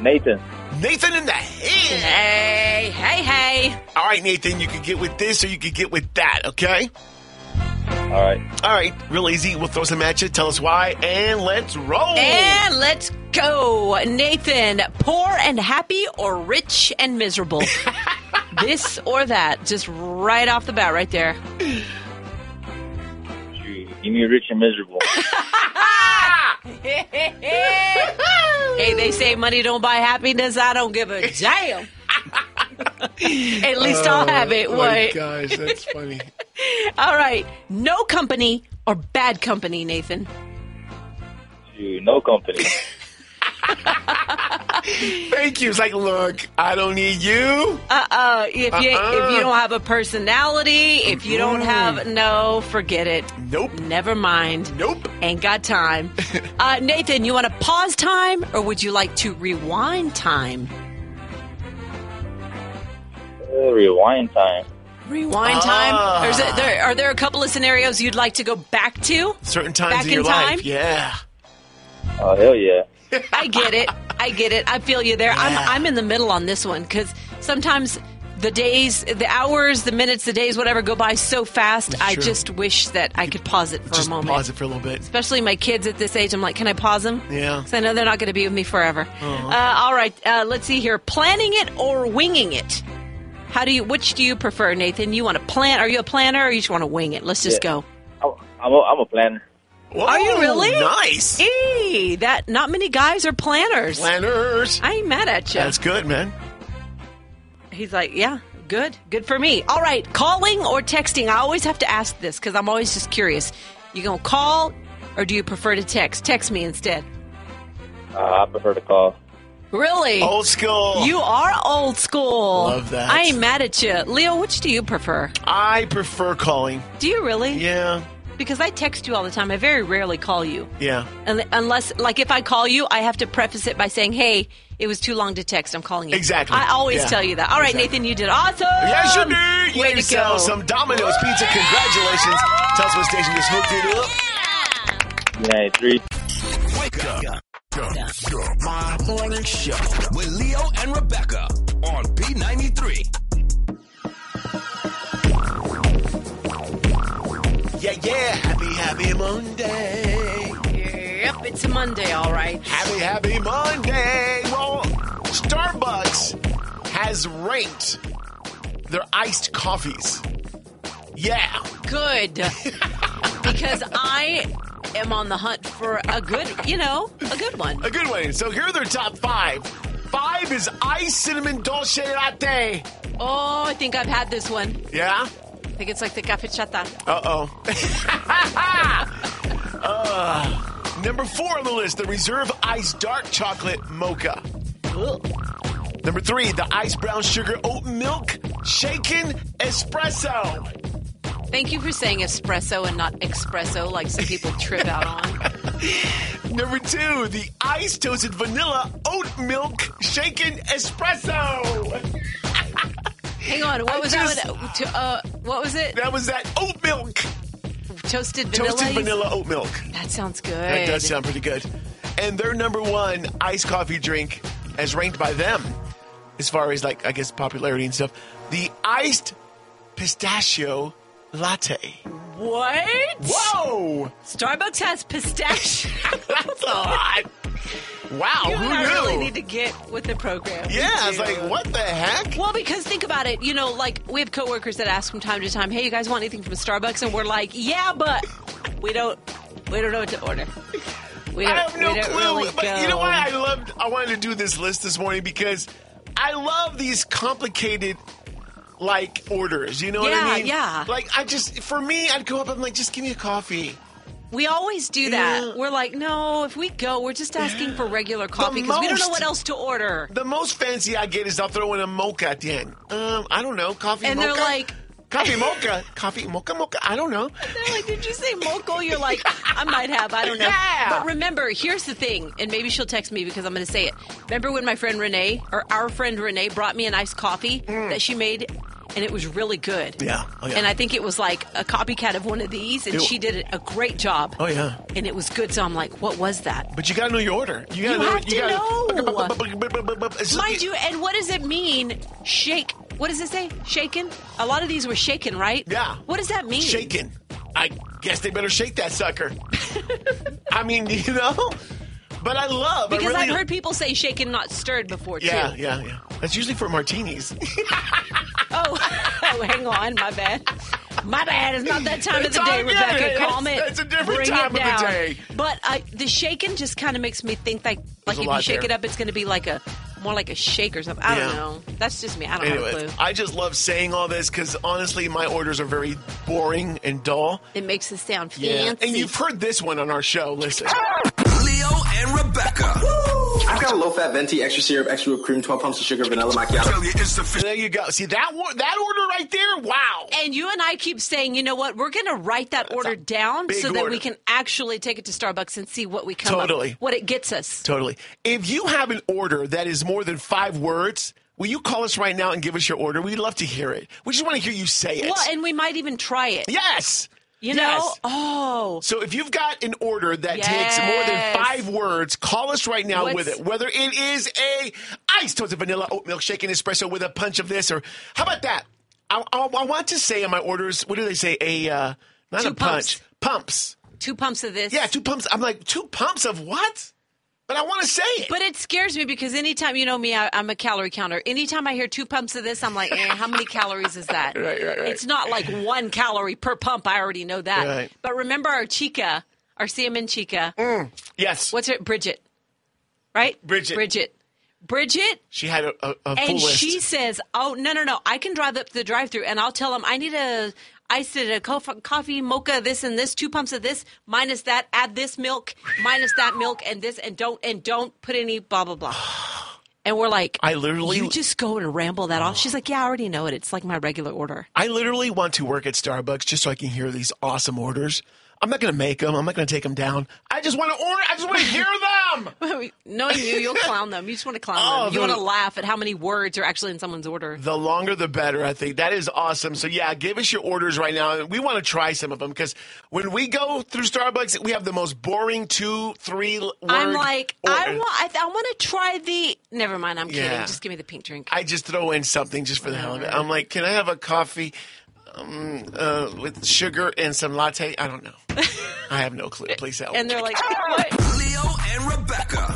[SPEAKER 1] Nathan.
[SPEAKER 3] Nathan in the hey.
[SPEAKER 4] Hey, hey, hey.
[SPEAKER 3] All right, Nathan, you could get with this or you could get with that, okay?
[SPEAKER 1] All right.
[SPEAKER 3] All right, real easy. We'll throw some at you. Tell us why, and let's roll.
[SPEAKER 4] And let's go. Nathan, poor and happy or rich and miserable? this or that? Just right off the bat, right there.
[SPEAKER 1] Give me rich and miserable.
[SPEAKER 4] hey, they say money don't buy happiness. I don't give a damn. At least I'll have it.
[SPEAKER 3] Oh, my
[SPEAKER 4] Wait.
[SPEAKER 3] gosh, that's funny.
[SPEAKER 4] All right. No company or bad company, Nathan.
[SPEAKER 1] Dude, no company.
[SPEAKER 3] Thank you. It's like, look, I don't need you.
[SPEAKER 4] Uh uh If you
[SPEAKER 3] Uh-uh.
[SPEAKER 4] if you don't have a personality, if you don't have no, forget it.
[SPEAKER 3] Nope.
[SPEAKER 4] Never mind.
[SPEAKER 3] Nope.
[SPEAKER 4] Ain't got time. uh, Nathan, you want to pause time or would you like to rewind time?
[SPEAKER 1] Uh, Rewind time.
[SPEAKER 4] Rewind
[SPEAKER 3] Ah.
[SPEAKER 4] time. Or is it, there, are there a couple of scenarios you'd like to go back to?
[SPEAKER 3] Certain times
[SPEAKER 4] Back
[SPEAKER 3] in
[SPEAKER 4] in
[SPEAKER 3] your
[SPEAKER 4] time?
[SPEAKER 3] life. Yeah.
[SPEAKER 1] Oh, hell yeah.
[SPEAKER 4] I get it. I get it. I feel you there. I'm I'm in the middle on this one because sometimes the days, the hours, the minutes, the days, whatever, go by so fast. I
[SPEAKER 3] Sure.
[SPEAKER 4] just wish that I could pause it for
[SPEAKER 3] Just
[SPEAKER 4] a moment.
[SPEAKER 3] pause it for a little bit.
[SPEAKER 4] Especially my kids at this age, I'm like, can I pause them?
[SPEAKER 3] Yeah.
[SPEAKER 4] Because I know they're not going to be with me forever.
[SPEAKER 3] Uh-huh.
[SPEAKER 4] Uh, all right, uh, let's see here. Planning it or winging it? How do you? Which do you prefer, Nathan? You want to plan? Are you a planner, or you just want to wing it? Let's just
[SPEAKER 1] Yeah.
[SPEAKER 4] go.
[SPEAKER 1] I'm a, I'm a planner.
[SPEAKER 4] Are you really?
[SPEAKER 3] Nice.
[SPEAKER 4] Eee, that not many guys are planners.
[SPEAKER 3] Planners.
[SPEAKER 4] I ain't mad at you.
[SPEAKER 3] That's good, man.
[SPEAKER 4] He's like, yeah, good, good for me. All right, calling or texting? I always have to ask this because I'm always just curious. You gonna call, or do you prefer to text? Text me instead.
[SPEAKER 1] Uh, I prefer to call.
[SPEAKER 4] Really?
[SPEAKER 3] Old school.
[SPEAKER 4] You are old school.
[SPEAKER 3] Love that.
[SPEAKER 4] I ain't mad at you, Leo. Which do you prefer?
[SPEAKER 3] I prefer calling.
[SPEAKER 4] Do you really?
[SPEAKER 3] Yeah.
[SPEAKER 4] Because I text you all the time. I very rarely call you.
[SPEAKER 3] Yeah.
[SPEAKER 4] Un- Unless, like, if I call you, I have to preface it by saying, "Hey, it was too long to text. I'm calling you."
[SPEAKER 3] Exactly.
[SPEAKER 4] I always
[SPEAKER 3] Yeah.
[SPEAKER 4] tell you that. All right,
[SPEAKER 3] Exactly.
[SPEAKER 4] Nathan, you did awesome.
[SPEAKER 3] Yes, you do. You
[SPEAKER 4] Way
[SPEAKER 3] got
[SPEAKER 4] to go.
[SPEAKER 3] yourself some Domino's pizza. Congratulations. Tell us what station this hooked it up.
[SPEAKER 1] Yeah, three.
[SPEAKER 8] Wake up. Go, go. My morning show with Leo and Rebecca on B93.
[SPEAKER 3] Yeah, yeah. Happy, happy Monday.
[SPEAKER 4] Yep, it's a Monday, all right.
[SPEAKER 3] Happy, happy Monday. Well, Starbucks has ranked their iced coffees. Yeah.
[SPEAKER 4] Good. because I am on the hunt for a good, you know, a good one.
[SPEAKER 3] A good one. So here are their top five. Five is iced cinnamon dolce latte.
[SPEAKER 4] Oh, I think I've had this one.
[SPEAKER 3] Yeah?
[SPEAKER 4] I think it's like the cafechata.
[SPEAKER 3] Uh oh. uh, number four on the list, the reserve iced dark chocolate mocha. Number three, the iced brown sugar oat milk shaken espresso.
[SPEAKER 4] Thank you for saying espresso and not espresso like some people trip out on.
[SPEAKER 3] Number two, the iced toasted vanilla oat milk shaken espresso.
[SPEAKER 4] Hang on,
[SPEAKER 3] I
[SPEAKER 4] what was
[SPEAKER 3] just-
[SPEAKER 4] that one? To- uh, what was it?
[SPEAKER 3] That was that oat milk.
[SPEAKER 4] Toasted vanilla?
[SPEAKER 3] Toasted vanilla oat milk.
[SPEAKER 4] That sounds good.
[SPEAKER 3] That does sound pretty good. And their number one iced coffee drink, as ranked by them, as far as like I guess popularity and stuff, the iced pistachio latte.
[SPEAKER 4] what?
[SPEAKER 3] Whoa,
[SPEAKER 4] Starbucks has pistachio.
[SPEAKER 3] that's a lot! Wow,
[SPEAKER 4] you
[SPEAKER 3] who
[SPEAKER 4] and I
[SPEAKER 3] knew?
[SPEAKER 4] really need to get with the program. We
[SPEAKER 3] yeah, it's
[SPEAKER 4] do.
[SPEAKER 3] like what the heck?
[SPEAKER 4] Well, because think about it, you know, like we have coworkers that ask from time to time, "Hey, you guys want anything from Starbucks?" And we're like, "Yeah, but we don't, we don't know what to order." We
[SPEAKER 3] I have
[SPEAKER 4] don't-
[SPEAKER 3] no
[SPEAKER 4] we don't
[SPEAKER 3] clue.
[SPEAKER 4] really
[SPEAKER 3] but you
[SPEAKER 4] go.
[SPEAKER 3] know why I loved? I wanted to do this list this morning because I love these complicated. Like orders, you know what
[SPEAKER 4] Yeah,
[SPEAKER 3] I mean?
[SPEAKER 4] yeah.
[SPEAKER 3] Like I just, for me, I'd go up. I'm like, just give me a coffee.
[SPEAKER 4] We always do that. We're like, no, if we go, we're just asking for regular coffee because we don't know
[SPEAKER 3] most-
[SPEAKER 4] what else to order.
[SPEAKER 3] The most fancy I get is I'll throw in a mocha at the end. Um, I don't know, coffee.
[SPEAKER 4] And they're
[SPEAKER 3] mocha?
[SPEAKER 4] like-
[SPEAKER 3] coffee mocha, coffee mocha mocha. I don't know.
[SPEAKER 4] They're like, did you say moco? You're like, I might have. I don't know.
[SPEAKER 3] Yeah.
[SPEAKER 4] But remember, here's the thing, and maybe she'll text me because I'm going to say it. Remember when my friend Renee, or our friend Renee, brought me an iced coffee that she made, and it was really good.
[SPEAKER 3] Mm. Yeah. Oh, yeah.
[SPEAKER 4] And I think it was like a copycat of one of these, and
[SPEAKER 3] Ew.
[SPEAKER 4] she did a great job.
[SPEAKER 3] Oh yeah.
[SPEAKER 4] And it was good, so I'm like, what was that?
[SPEAKER 3] But you gotta know your order. You gotta
[SPEAKER 4] You
[SPEAKER 3] know.
[SPEAKER 4] have to
[SPEAKER 3] know.
[SPEAKER 4] Mind you, and what does it mean, shake? What does it say? Shaken? A lot of these were shaken, right?
[SPEAKER 3] Yeah.
[SPEAKER 4] What does that mean?
[SPEAKER 3] shaking. I guess they better shake that sucker. I mean, you know. But I love I
[SPEAKER 4] Because
[SPEAKER 3] really-
[SPEAKER 4] I've heard people say shaken, not stirred before,
[SPEAKER 3] Yeah,
[SPEAKER 4] too.
[SPEAKER 3] yeah, yeah. That's usually for martinis.
[SPEAKER 4] Oh, oh, hang on, my bad. My bad. It's not that time
[SPEAKER 15] It's
[SPEAKER 4] of the day,
[SPEAKER 15] all good.
[SPEAKER 4] Rebecca.
[SPEAKER 15] It's-
[SPEAKER 4] Calm it.
[SPEAKER 15] it's a different
[SPEAKER 4] Bring it
[SPEAKER 15] time of the
[SPEAKER 4] down.
[SPEAKER 15] day.
[SPEAKER 4] But uh, the shaken just kind of makes me think like,
[SPEAKER 3] There's
[SPEAKER 4] like
[SPEAKER 3] a
[SPEAKER 4] if you
[SPEAKER 3] lot
[SPEAKER 4] shake
[SPEAKER 3] there.
[SPEAKER 4] it up, it's going to be like a more like a shake or something. I
[SPEAKER 3] Yeah.
[SPEAKER 4] don't know. That's just me. I don't have a
[SPEAKER 3] anyway,
[SPEAKER 4] clue.
[SPEAKER 3] I just love saying all this because honestly, my orders are very boring and dull.
[SPEAKER 4] It makes us sound fancy.
[SPEAKER 3] And you've heard this one on our show. Listen.
[SPEAKER 8] Leo and Rebecca.
[SPEAKER 18] I've got a low fat venti, extra syrup, extra whipped cream, 12 pumps of sugar, vanilla macchiato.
[SPEAKER 3] There you go. See that one, that order right there. Wow.
[SPEAKER 4] And you and I keep saying, you know what? We're going to write that order down
[SPEAKER 3] big
[SPEAKER 4] so that
[SPEAKER 3] order.
[SPEAKER 4] we can actually take it to Starbucks and see what we come up-
[SPEAKER 3] Totally.
[SPEAKER 4] what it gets us.
[SPEAKER 3] Totally. If you have an order that is more than five words, will you call us right now and give us your order? We'd love to hear it. We just want to hear you say it.
[SPEAKER 4] Well, and we might even try it.
[SPEAKER 3] yes.
[SPEAKER 4] You know?
[SPEAKER 3] Yes.
[SPEAKER 4] Oh.
[SPEAKER 3] So if you've got an order that takes more than
[SPEAKER 4] Yes.
[SPEAKER 3] five words, call us right now with
[SPEAKER 4] What's-
[SPEAKER 3] it. Whether it is a iced toasted vanilla oat milk shake and espresso with a punch of this, or how about that? I, I, I want to say in my orders, what do they say? A uh, not
[SPEAKER 4] Two
[SPEAKER 3] a punch,
[SPEAKER 4] pumps.
[SPEAKER 3] pumps.
[SPEAKER 4] Two pumps of this.
[SPEAKER 3] Yeah, two pumps. I'm like two pumps of what? But I want to say it.
[SPEAKER 4] But it scares me because anytime you know me, I, I'm a calorie counter. Anytime I hear two pumps of this, I'm like, eh, how many calories is that?
[SPEAKER 3] Right, right, right.
[SPEAKER 4] It's not like one calorie per pump. I already know that.
[SPEAKER 3] Right.
[SPEAKER 4] But remember our chica, our CMN chica.
[SPEAKER 3] yes,
[SPEAKER 4] What's her? Bridget, right?
[SPEAKER 3] Bridget.
[SPEAKER 4] Bridget. Bridget.
[SPEAKER 3] she had a, a, a full
[SPEAKER 4] And
[SPEAKER 3] list.
[SPEAKER 4] she says, "Oh no, no, no! I can drive up to the drive-through and I'll tell them I need a iced it, a co- coffee mocha, this and this, two pumps of this, minus that, add this milk, minus that milk, and this, and don't and don't put any blah blah blah." And we're like,
[SPEAKER 3] I literally-
[SPEAKER 4] you just go and ramble that off." She's like, "Yeah, I already know it. It's like my regular order."
[SPEAKER 3] I literally want to work at Starbucks just so I can hear these awesome orders. I'm not going to make them. I'm not going to take them down. I just want to order. I just want to hear them.
[SPEAKER 4] Knowing you, you'll clown them. You just want to clown
[SPEAKER 3] Oh,
[SPEAKER 4] them. You want to
[SPEAKER 3] dude.
[SPEAKER 4] laugh at how many words are actually in someone's order.
[SPEAKER 3] The longer, the better. I think that is awesome. So yeah, give us your orders right now, and we want to try some of them because when we go through Starbucks, we have the most boring two, three. Word
[SPEAKER 4] I'm like, I
[SPEAKER 3] order.
[SPEAKER 4] want, I, th- I want to try the. Never mind, I'm kidding.
[SPEAKER 3] Yeah.
[SPEAKER 4] Just give me the pink drink.
[SPEAKER 3] I just throw in something just for the hell of it. I'm like, can I have a coffee um, uh, with sugar and some latte? I don't know. I have no clue. Please help.
[SPEAKER 4] And they're like, what?
[SPEAKER 8] Leo and Rebecca.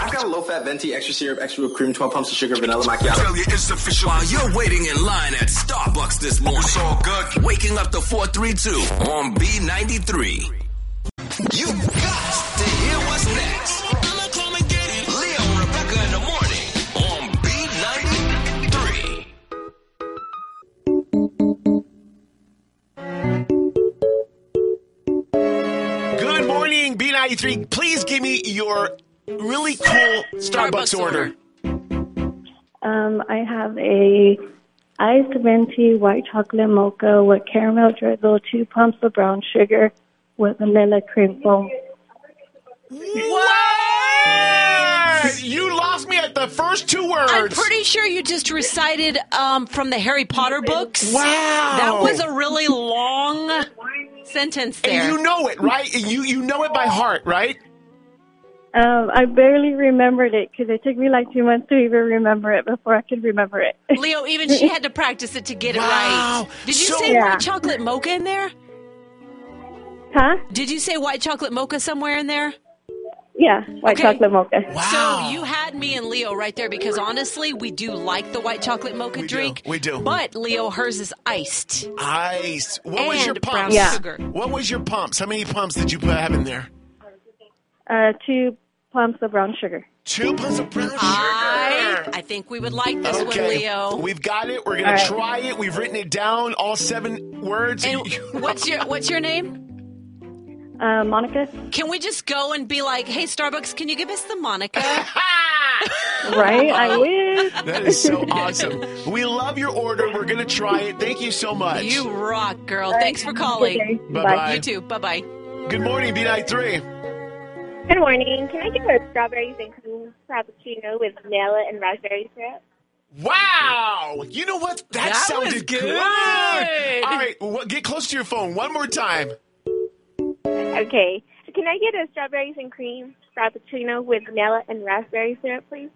[SPEAKER 18] I've got a low fat venti, extra syrup, extra whipped cream, 12 pumps of sugar, vanilla macchiato.
[SPEAKER 8] Failure is official. While you're waiting in line at Starbucks this morning. It's all good. Waking up to 432 on B93. You got to hear what's next. I'ma come and get it. Leo and Rebecca in the morning on B93.
[SPEAKER 3] Good morning, B93. Please give me your really cool Starbucks,
[SPEAKER 4] Starbucks
[SPEAKER 3] order.
[SPEAKER 4] order.
[SPEAKER 19] Um, I have a iced venti white chocolate mocha with caramel drizzle, two pumps of brown sugar with vanilla cream foam.
[SPEAKER 3] What? You lost me at the first two words.
[SPEAKER 4] I'm pretty sure you just recited um, from the Harry Potter books.
[SPEAKER 3] Wow.
[SPEAKER 4] That was a really long sentence there.
[SPEAKER 3] And you know it, right? And You you know it by heart, right?
[SPEAKER 19] Um, I barely remembered it because it took me like two months to even remember it before I could remember it.
[SPEAKER 4] Leo, even she had to practice it to get it
[SPEAKER 3] Wow.
[SPEAKER 4] right. Did you
[SPEAKER 19] So-
[SPEAKER 4] say
[SPEAKER 19] Yeah.
[SPEAKER 4] white chocolate mocha in there?
[SPEAKER 19] Huh?
[SPEAKER 4] Did you say white chocolate mocha somewhere in there?
[SPEAKER 19] Yeah, white
[SPEAKER 4] Okay.
[SPEAKER 19] chocolate mocha.
[SPEAKER 4] So you had me and Leo right there because honestly, we do like the white chocolate mocha
[SPEAKER 3] We do.
[SPEAKER 4] drink.
[SPEAKER 3] We do.
[SPEAKER 4] But Leo, hers is iced.
[SPEAKER 3] Ice. What was
[SPEAKER 4] And
[SPEAKER 3] your
[SPEAKER 4] brown
[SPEAKER 3] pumps?
[SPEAKER 4] Yeah. sugar.
[SPEAKER 3] What was your pumps? How many pumps did you put have in there?
[SPEAKER 19] Uh, two pumps of brown sugar.
[SPEAKER 3] Two pumps of brown sugar.
[SPEAKER 4] I, I think we would like this one, Leo.
[SPEAKER 3] We've got it. We're gonna
[SPEAKER 4] All right.
[SPEAKER 3] try it. We've written it down, all seven words.
[SPEAKER 4] And what's your what's your name?
[SPEAKER 19] Uh, Monica,
[SPEAKER 4] Can we just go and be like, hey Starbucks, can you give us the Monica?
[SPEAKER 19] right? I wish.
[SPEAKER 3] That is so awesome. We love your order. We're gonna try it. Thank you so much.
[SPEAKER 4] You rock, girl. Thanks for calling.
[SPEAKER 3] Bye bye.
[SPEAKER 4] You too. Bye bye.
[SPEAKER 3] Good morning, B night three.
[SPEAKER 11] Good morning. Can I get a strawberries and cream frappuccino with vanilla and raspberry syrup?
[SPEAKER 3] Wow! You know what? That,
[SPEAKER 11] That
[SPEAKER 3] sounded
[SPEAKER 11] was
[SPEAKER 3] good.
[SPEAKER 11] good.
[SPEAKER 3] All right, wh- get close to your phone one more time.
[SPEAKER 11] Okay. Can I get a strawberries and cream frappuccino with vanilla and raspberry syrup, please?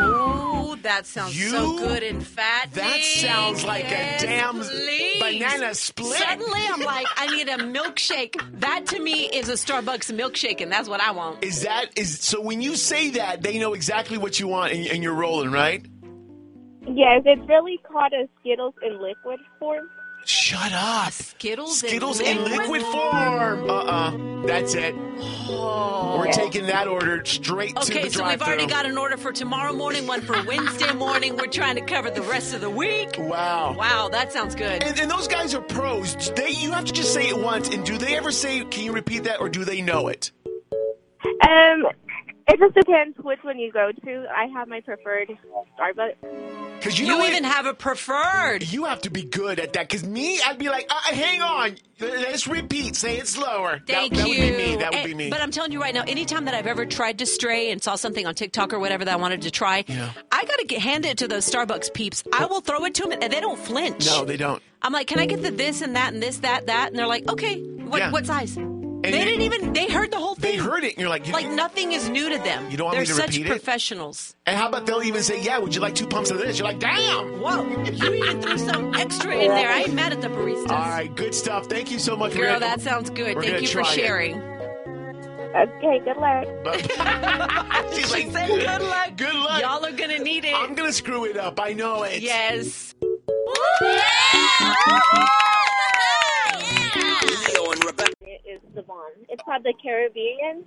[SPEAKER 4] Ooh, that sounds so good and fat.
[SPEAKER 3] That sounds like a damn banana split.
[SPEAKER 4] Suddenly, I'm like, I need a milkshake. That to me is a Starbucks milkshake, and that's what I want.
[SPEAKER 3] Is that is so? When you say that, they know exactly what you want, and, and you're rolling, right?
[SPEAKER 11] Yes, it's really called a Skittles in liquid form.
[SPEAKER 3] Shut up.
[SPEAKER 4] Skittles,
[SPEAKER 3] Skittles in liquid form. Uh uh That's it. We're taking that order straight to
[SPEAKER 4] Okay,
[SPEAKER 3] the drive
[SPEAKER 4] so we've already got an order for tomorrow morning, one for Wednesday morning. We're trying to cover the rest of the week.
[SPEAKER 3] Wow.
[SPEAKER 4] Wow, that sounds good.
[SPEAKER 3] And, and those guys are pros. They you have to just say it once. And do they ever say, "Can you repeat that?" Or do they know it?
[SPEAKER 11] Um, it just depends which one you go to. I have my preferred Starbucks.
[SPEAKER 3] Because you,
[SPEAKER 4] You even have a preferred.
[SPEAKER 3] You have to be good at that. Because me, I'd be like, uh, "Hang on, let's repeat. Say it slower." That-
[SPEAKER 4] Thank
[SPEAKER 3] that,
[SPEAKER 4] you.
[SPEAKER 3] would be me. That would
[SPEAKER 4] And-
[SPEAKER 3] be me.
[SPEAKER 4] But I'm telling you right now, anytime that I've ever tried to stray and saw something on TikTok or whatever that I wanted to try, I got to hand it to those Starbucks peeps. I will throw it to them, and they don't flinch.
[SPEAKER 3] no, they don't.
[SPEAKER 4] I'm like, can I get the this and that and this that that? And they're like, okay, what
[SPEAKER 3] Yeah.
[SPEAKER 4] what size? they
[SPEAKER 3] you-
[SPEAKER 4] didn't even they heard the whole
[SPEAKER 3] They
[SPEAKER 4] thing.
[SPEAKER 3] heard it, and you're like, you,
[SPEAKER 4] like nothing is new to them.
[SPEAKER 3] You don't want
[SPEAKER 4] they're
[SPEAKER 3] me to
[SPEAKER 4] such
[SPEAKER 3] repeat it?
[SPEAKER 4] professionals.
[SPEAKER 3] And how about they'll even say, "Yeah, would you like two pumps of this?" You're like, "Damn."
[SPEAKER 4] Whoa, you even threw some extra in there. I ain't mad at the baristas.
[SPEAKER 3] All right, good stuff. Thank you so much, We're
[SPEAKER 4] Girl,
[SPEAKER 3] gonna-
[SPEAKER 4] that sounds good.
[SPEAKER 3] we're
[SPEAKER 4] Thank
[SPEAKER 3] gonna
[SPEAKER 4] you for
[SPEAKER 3] try it.
[SPEAKER 4] sharing.
[SPEAKER 11] Okay, good luck.
[SPEAKER 3] She's
[SPEAKER 4] She
[SPEAKER 3] like,
[SPEAKER 4] said, good luck.
[SPEAKER 3] Good luck.
[SPEAKER 4] Y'all are gonna need it.
[SPEAKER 3] I'm gonna screw it up. I know it.
[SPEAKER 4] Yes.
[SPEAKER 8] Leo and Rebecca.
[SPEAKER 11] It is the one. It's called the Caribbean.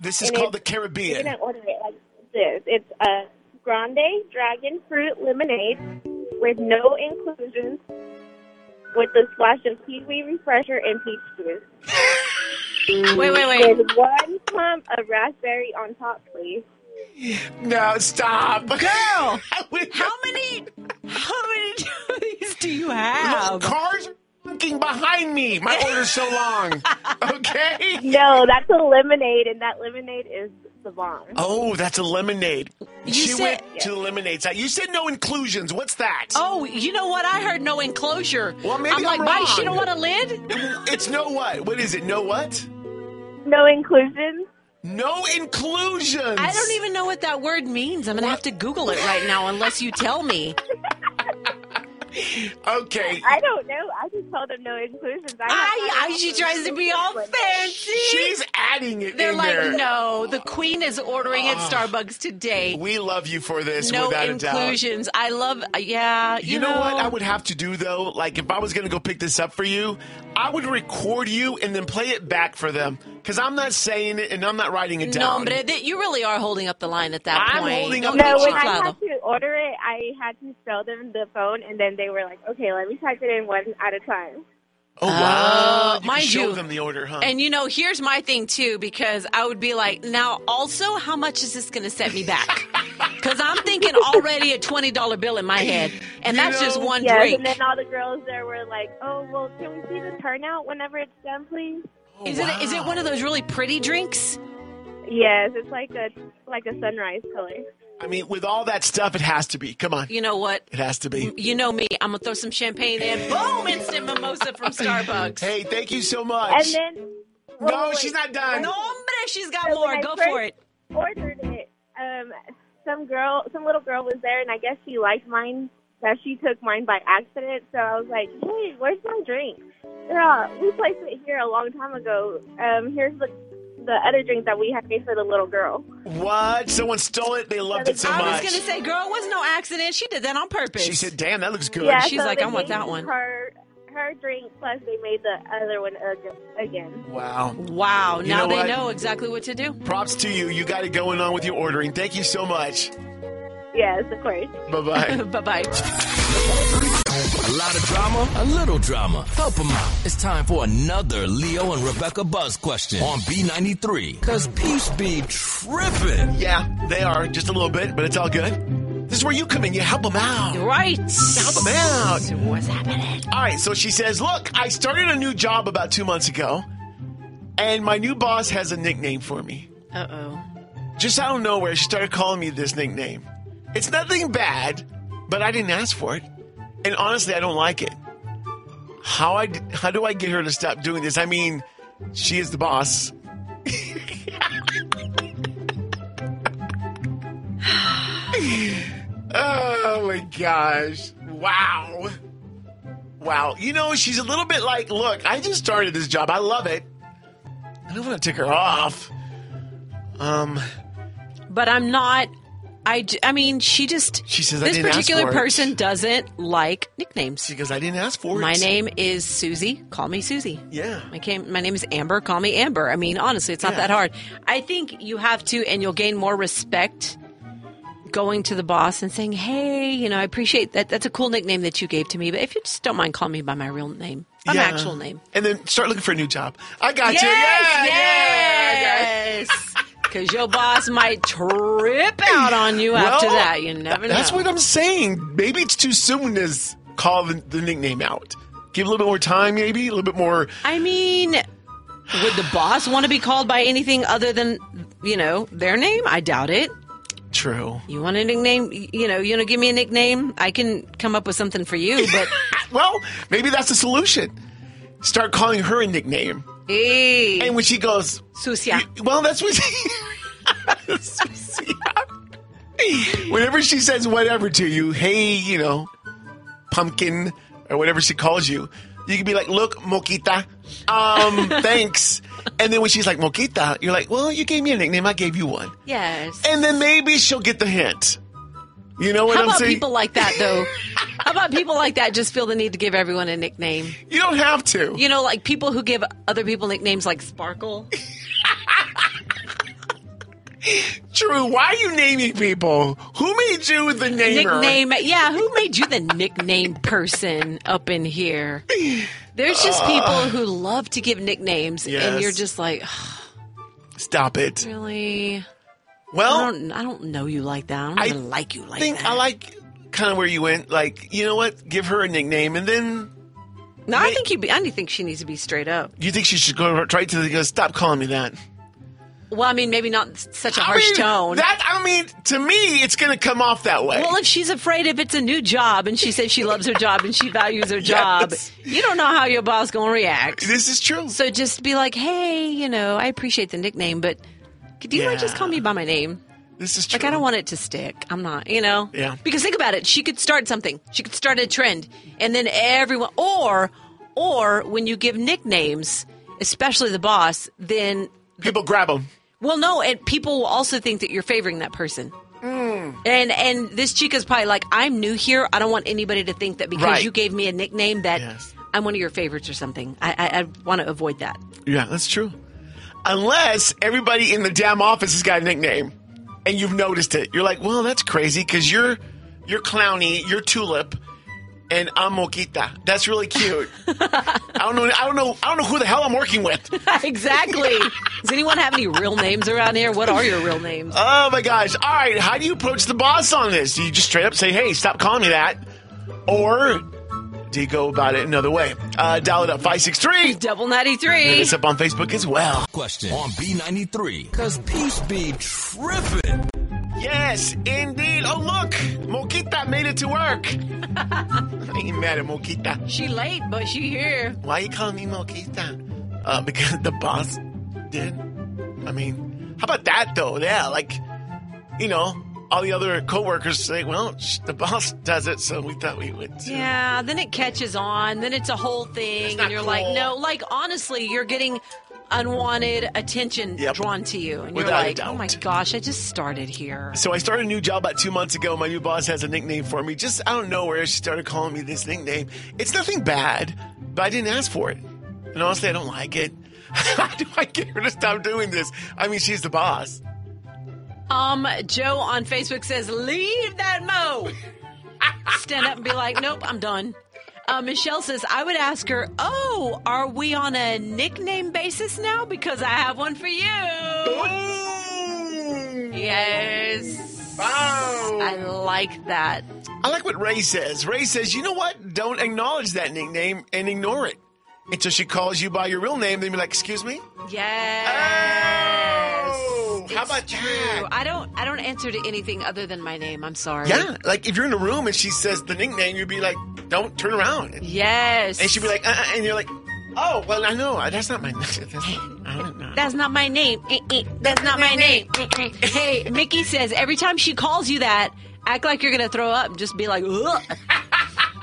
[SPEAKER 3] This is
[SPEAKER 11] And
[SPEAKER 3] called the
[SPEAKER 11] You're
[SPEAKER 3] Caribbean.
[SPEAKER 11] gonna order it like this. It's a grande dragon fruit lemonade with no inclusions, with a splash of kiwi refresher and peach juice.
[SPEAKER 4] Wait, wait, wait.
[SPEAKER 11] With one pump of raspberry on top, please.
[SPEAKER 3] No, stop,
[SPEAKER 4] Girl,
[SPEAKER 3] how
[SPEAKER 4] many, how many of these do you have?
[SPEAKER 3] Look, cars are fucking behind me. My order's so long. Okay.
[SPEAKER 11] No, that's a lemonade, and that lemonade is the bomb.
[SPEAKER 3] Oh, that's a lemonade.
[SPEAKER 11] You
[SPEAKER 3] she
[SPEAKER 11] said-
[SPEAKER 3] went to the lemonade side. You said no inclusions. What's that?
[SPEAKER 4] Oh, you know what? I heard no enclosure.
[SPEAKER 3] Well, maybe
[SPEAKER 4] I'm
[SPEAKER 3] I'm
[SPEAKER 4] like,
[SPEAKER 3] wrong.
[SPEAKER 4] "Why she don't want a lid?
[SPEAKER 3] It's no what? What is it? No what?
[SPEAKER 11] No inclusions.
[SPEAKER 3] No inclusions.
[SPEAKER 4] I don't even know what that word means. I'm gonna have to Google it right now unless you tell me.
[SPEAKER 3] Okay.
[SPEAKER 11] I don't know. I just told them no inclusions. I,
[SPEAKER 4] I, I she tries to be all fancy.
[SPEAKER 3] She's adding it
[SPEAKER 4] They're
[SPEAKER 3] in
[SPEAKER 4] like,
[SPEAKER 3] there.
[SPEAKER 4] no, the queen is ordering at Starbucks today.
[SPEAKER 3] We love you for this,
[SPEAKER 4] no
[SPEAKER 3] without a doubt.
[SPEAKER 4] inclusions. I love. Yeah, you,
[SPEAKER 3] You, know, what I would have to do though? Like if I was gonna go pick this up for you, I would record you and then play it back for them. Cause I'm not saying it and I'm not writing it
[SPEAKER 4] No,
[SPEAKER 3] down.
[SPEAKER 4] hombre, that you really are holding up the line at that
[SPEAKER 3] I'm
[SPEAKER 4] point.
[SPEAKER 3] holding
[SPEAKER 4] Don't
[SPEAKER 3] up
[SPEAKER 4] be
[SPEAKER 3] the
[SPEAKER 11] No, when I
[SPEAKER 4] chiflado.
[SPEAKER 11] had to order it, I had to show them the phone, and then they were like, "Okay, let me type it in one at a time."
[SPEAKER 3] oh wow! you
[SPEAKER 4] Uh, mind
[SPEAKER 3] can show
[SPEAKER 4] you-
[SPEAKER 3] them the order, huh?
[SPEAKER 4] And you know, here's my thing too, because I would be like, now also, how much is this going to set me back? Because I'm thinking already a twenty dollar bill in my head, and
[SPEAKER 3] You
[SPEAKER 4] that's just
[SPEAKER 3] know-
[SPEAKER 4] one
[SPEAKER 11] yes,
[SPEAKER 4] drink.
[SPEAKER 11] and then all the girls there were like, "Oh, well, can we see the turnout whenever it's done, please?"
[SPEAKER 4] is it is it one of those really pretty drinks?
[SPEAKER 11] Yes, it's like a like a sunrise color.
[SPEAKER 3] I mean, with all that stuff, it has to be. Come on,
[SPEAKER 4] You know what?
[SPEAKER 3] it has to be.
[SPEAKER 4] You know me. I'm gonna throw some champagne in. Boom! Instant mimosa from Starbucks.
[SPEAKER 3] Hey, thank you so much.
[SPEAKER 11] And then
[SPEAKER 3] no, she's not done.
[SPEAKER 4] No, hombre, she's got
[SPEAKER 11] So when
[SPEAKER 4] more.
[SPEAKER 11] I
[SPEAKER 4] Go
[SPEAKER 11] first
[SPEAKER 4] for it.
[SPEAKER 11] Ordered it. Um, some girl, some little girl was there, and I guess she liked mine. That she took mine by accident. So I was like, "Hey, where's my drink?" Girl, we placed it here a long time ago. Um, here's the the other drink that we had made for the little girl.
[SPEAKER 3] What? Someone stole it. They loved it so
[SPEAKER 4] I
[SPEAKER 3] much.
[SPEAKER 4] was gonna say, girl, it was no accident. She did that on purpose.
[SPEAKER 3] she said, "Damn, that looks good."
[SPEAKER 4] She's
[SPEAKER 11] so
[SPEAKER 4] like,
[SPEAKER 11] they
[SPEAKER 4] I want
[SPEAKER 11] gave
[SPEAKER 4] that one.
[SPEAKER 11] Her her drink plus they made the other one ag- again.
[SPEAKER 3] Wow.
[SPEAKER 4] Wow.
[SPEAKER 3] You
[SPEAKER 4] now
[SPEAKER 3] know
[SPEAKER 4] they
[SPEAKER 3] what?
[SPEAKER 4] know exactly what to do.
[SPEAKER 3] Props to you. You got it going on with your ordering. Thank you so much.
[SPEAKER 11] Yes, of course.
[SPEAKER 3] Bye bye.
[SPEAKER 4] bye bye.
[SPEAKER 8] A lot of drama, a little drama. Help 'em out. It's time for another Leo and Rebecca Buzz question on B93. Cause peeps be tripping.
[SPEAKER 3] Yeah, they are just a little bit, but it's all good. This is where you come in. You help them out.
[SPEAKER 4] Right.
[SPEAKER 3] Help them out.
[SPEAKER 4] What's happening?
[SPEAKER 3] All right, so she says, Look, I started a new job about two months ago, and my new boss has a nickname for me.
[SPEAKER 4] Uh oh.
[SPEAKER 3] Just out of nowhere, she started calling me this nickname. It's nothing bad, but I didn't ask for it. And honestly, I don't like it. How, I, how do I get her to stop doing this? I mean, she is the boss. oh my gosh. Wow. Wow. You know, she's a little bit like, look, I just started this job. I love it. I don't want to take her off. Um,
[SPEAKER 4] But I'm not. I, j- I mean, she just.
[SPEAKER 3] She says, "I
[SPEAKER 4] this
[SPEAKER 3] didn't ask
[SPEAKER 4] particular
[SPEAKER 3] for it."
[SPEAKER 4] person doesn't like nicknames.
[SPEAKER 3] She goes, I didn't ask for it.
[SPEAKER 4] My name is Susie. Call me Susie.
[SPEAKER 3] Yeah.
[SPEAKER 4] My, came, my name is Amber. Call me Amber. I mean, honestly, it's not
[SPEAKER 3] Yeah.
[SPEAKER 4] that hard. I think you have to, and you'll gain more respect going to the boss and saying, hey, you know, I appreciate that. That's a cool nickname that you gave to me, but if you just don't mind calling me by my real name, by
[SPEAKER 3] Yeah.
[SPEAKER 4] my actual name.
[SPEAKER 3] And then start looking for a new job. I got
[SPEAKER 4] yes,
[SPEAKER 3] you. Yeah,
[SPEAKER 4] yes. Because your boss might trip out on you
[SPEAKER 3] Well,
[SPEAKER 4] after that. You never know.
[SPEAKER 3] That's what I'm saying. Maybe it's too soon to s- call the, the nickname out. Give a little bit more time, maybe. A little bit more.
[SPEAKER 4] I mean, would the boss want to be called by anything other than, you know, their name? I doubt it.
[SPEAKER 3] True.
[SPEAKER 4] You want a nickname? You know, you know, give me a nickname. I can come up with something for you, but
[SPEAKER 3] Well, maybe that's the solution. Start calling her a nickname.
[SPEAKER 4] hey,
[SPEAKER 3] And when she goes,
[SPEAKER 4] Susia.
[SPEAKER 3] well, that's what she. Susia. Whenever she says whatever to you, hey, you know, pumpkin or whatever she calls you, you can be like, look, Moquita, um, thanks. And then when she's like, Moquita, you're like, well, you gave me a nickname, I gave you one.
[SPEAKER 4] Yes.
[SPEAKER 3] And then maybe she'll get the hint. You know what
[SPEAKER 4] How
[SPEAKER 3] I'm
[SPEAKER 4] about
[SPEAKER 3] saying?
[SPEAKER 4] people like that though? How about people like that just feel the need to give everyone a nickname?
[SPEAKER 3] you don't have to.
[SPEAKER 4] You know, like people who give other people nicknames like Sparkle.
[SPEAKER 3] True. Why are you naming people? Who made you the namer?
[SPEAKER 4] nickname. Yeah, who made you the nickname person up in here? There's just people who love to give nicknames, and
[SPEAKER 3] Yes.
[SPEAKER 4] you're just like,
[SPEAKER 3] Stop it.
[SPEAKER 4] really? I
[SPEAKER 3] Well,
[SPEAKER 4] don't, I don't know you like that. I don't
[SPEAKER 3] I
[SPEAKER 4] even like you like
[SPEAKER 3] think
[SPEAKER 4] that.
[SPEAKER 3] I like kind of where you went. Like, you know what? Give her a nickname, and then
[SPEAKER 4] no, I think you. Be, I think she needs to be straight up.
[SPEAKER 3] you think she should go right to the go. Stop calling me that.
[SPEAKER 4] Well, I mean, maybe not such a harsh
[SPEAKER 3] I mean,
[SPEAKER 4] tone.
[SPEAKER 3] That I mean, to me, it's going to come off that way.
[SPEAKER 4] well, if she's afraid if it's a new job and she says she loves her job and she values her job,
[SPEAKER 3] Yes.
[SPEAKER 4] you don't know how your boss going to react.
[SPEAKER 3] this is true.
[SPEAKER 4] So just be like, hey, you know, I appreciate the nickname, but do you mind just
[SPEAKER 3] Yeah.
[SPEAKER 4] call me by my name?
[SPEAKER 3] This is true.
[SPEAKER 4] Like, I don't want it to stick. I'm not, you know?
[SPEAKER 3] Yeah.
[SPEAKER 4] Because think about it. She could start something. She could start a trend. And then everyone, or, or when you give nicknames, especially the boss, then,
[SPEAKER 3] people grab them.
[SPEAKER 4] well, no, and people will also think that you're favoring that person.
[SPEAKER 3] Mm.
[SPEAKER 4] And and this chica's probably like, I'm new here. I don't want anybody to think that because
[SPEAKER 3] Right.
[SPEAKER 4] you gave me a nickname that
[SPEAKER 3] Yes.
[SPEAKER 4] I'm one of your favorites or something. I I, I want to avoid that.
[SPEAKER 3] Yeah, that's true. Unless everybody in the damn office has got a nickname, and you've noticed it, you're like, "Well, that's crazy because you're you're clowny, you're tulip, and I'm moquita. That's really cute. I don't know, I don't know, I don't know who the hell I'm working with.
[SPEAKER 4] exactly. Does anyone have any real names around here? What are your real names?
[SPEAKER 3] Oh my gosh! All right, how do you approach the boss on this? Do you just straight up say, "Hey, stop calling me that," or do you go about it another way? Uh, dial it up five six three.
[SPEAKER 4] Double
[SPEAKER 3] Hit
[SPEAKER 4] 93.
[SPEAKER 3] us up on Facebook as well.
[SPEAKER 8] Question on B93. Cause peeps be tripping.
[SPEAKER 3] Yes, indeed. Oh, look, Moquita made it to work. I ain't mad at Moquita.
[SPEAKER 4] She late, but she here.
[SPEAKER 3] Why you calling me Moquita? Uh, because the boss did. I mean, how about that though? Yeah, like, you know, all the other coworkers say, well, sh- the boss does it, so we thought we would uh, too.
[SPEAKER 4] Yeah, then it catches on. Then it's a whole thing.
[SPEAKER 3] not
[SPEAKER 4] And you're like,
[SPEAKER 3] cool.
[SPEAKER 4] no, like, honestly, you're getting unwanted attention
[SPEAKER 3] Yep.
[SPEAKER 4] drawn to you. And
[SPEAKER 3] Without a
[SPEAKER 4] you're like, oh my
[SPEAKER 3] doubt.
[SPEAKER 4] gosh, I just started here.
[SPEAKER 3] So I started a new job about two months ago. My new boss has a nickname for me. Just I don't know where she started calling me this nickname. It's nothing bad, But I didn't ask for it. And honestly, I don't like it. How do I get her to stop doing this? I mean, she's the boss.
[SPEAKER 4] Um, Joe on Facebook says, "Leave that mo." Stand up and be like, "Nope, I'm done." Uh, Michelle says, "I would ask her, oh, are we on a nickname basis now? Because I have one for you." Yes. I like that.
[SPEAKER 3] I like what Ray says. Ray says, you know what? Don't acknowledge that nickname and ignore it until she calls you by your real name. Then be like, excuse me?
[SPEAKER 4] Yes.
[SPEAKER 3] Oh, how about that?
[SPEAKER 4] I don't. I don't answer to anything other than my name. I'm sorry.
[SPEAKER 3] Yeah. Like if you're in a room and she says the nickname, you'd be like, don't turn around. And,
[SPEAKER 4] Yes.
[SPEAKER 3] she'd be like, uh, uh, and you're like, oh, well, I know. That's not my that's not- I don't know.
[SPEAKER 4] That's not my name. Eh, eh, That's not my name. Eh, eh. Hey, Mickey says every time she calls you that, act like you're going to throw up. Just be like, ugh.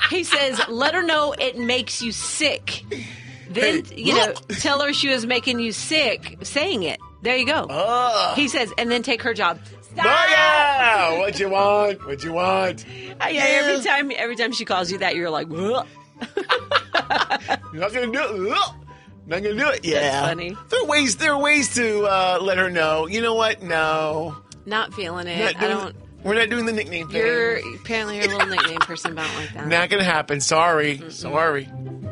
[SPEAKER 4] He says, let her know it makes you sick. Then, you know, tell her she was making you sick saying it. There you go.
[SPEAKER 3] Oh.
[SPEAKER 4] He says, and then take her job.
[SPEAKER 3] Booyah! What you want? What you want?
[SPEAKER 4] Yeah, every time every time she calls you that, you're like, ugh.
[SPEAKER 3] You're not gonna do it. Ugh. Not gonna do it. Yeah.
[SPEAKER 4] funny.
[SPEAKER 3] There are ways. There are ways to uh, let her know. You know what? No.
[SPEAKER 4] not feeling it.
[SPEAKER 3] Not
[SPEAKER 4] Eh, I
[SPEAKER 3] doing-
[SPEAKER 4] don't.
[SPEAKER 3] We're not doing the nickname thing.
[SPEAKER 4] You're apparently you're a little nickname person, but I don't like that.
[SPEAKER 3] Not gonna happen. Sorry. Sorry.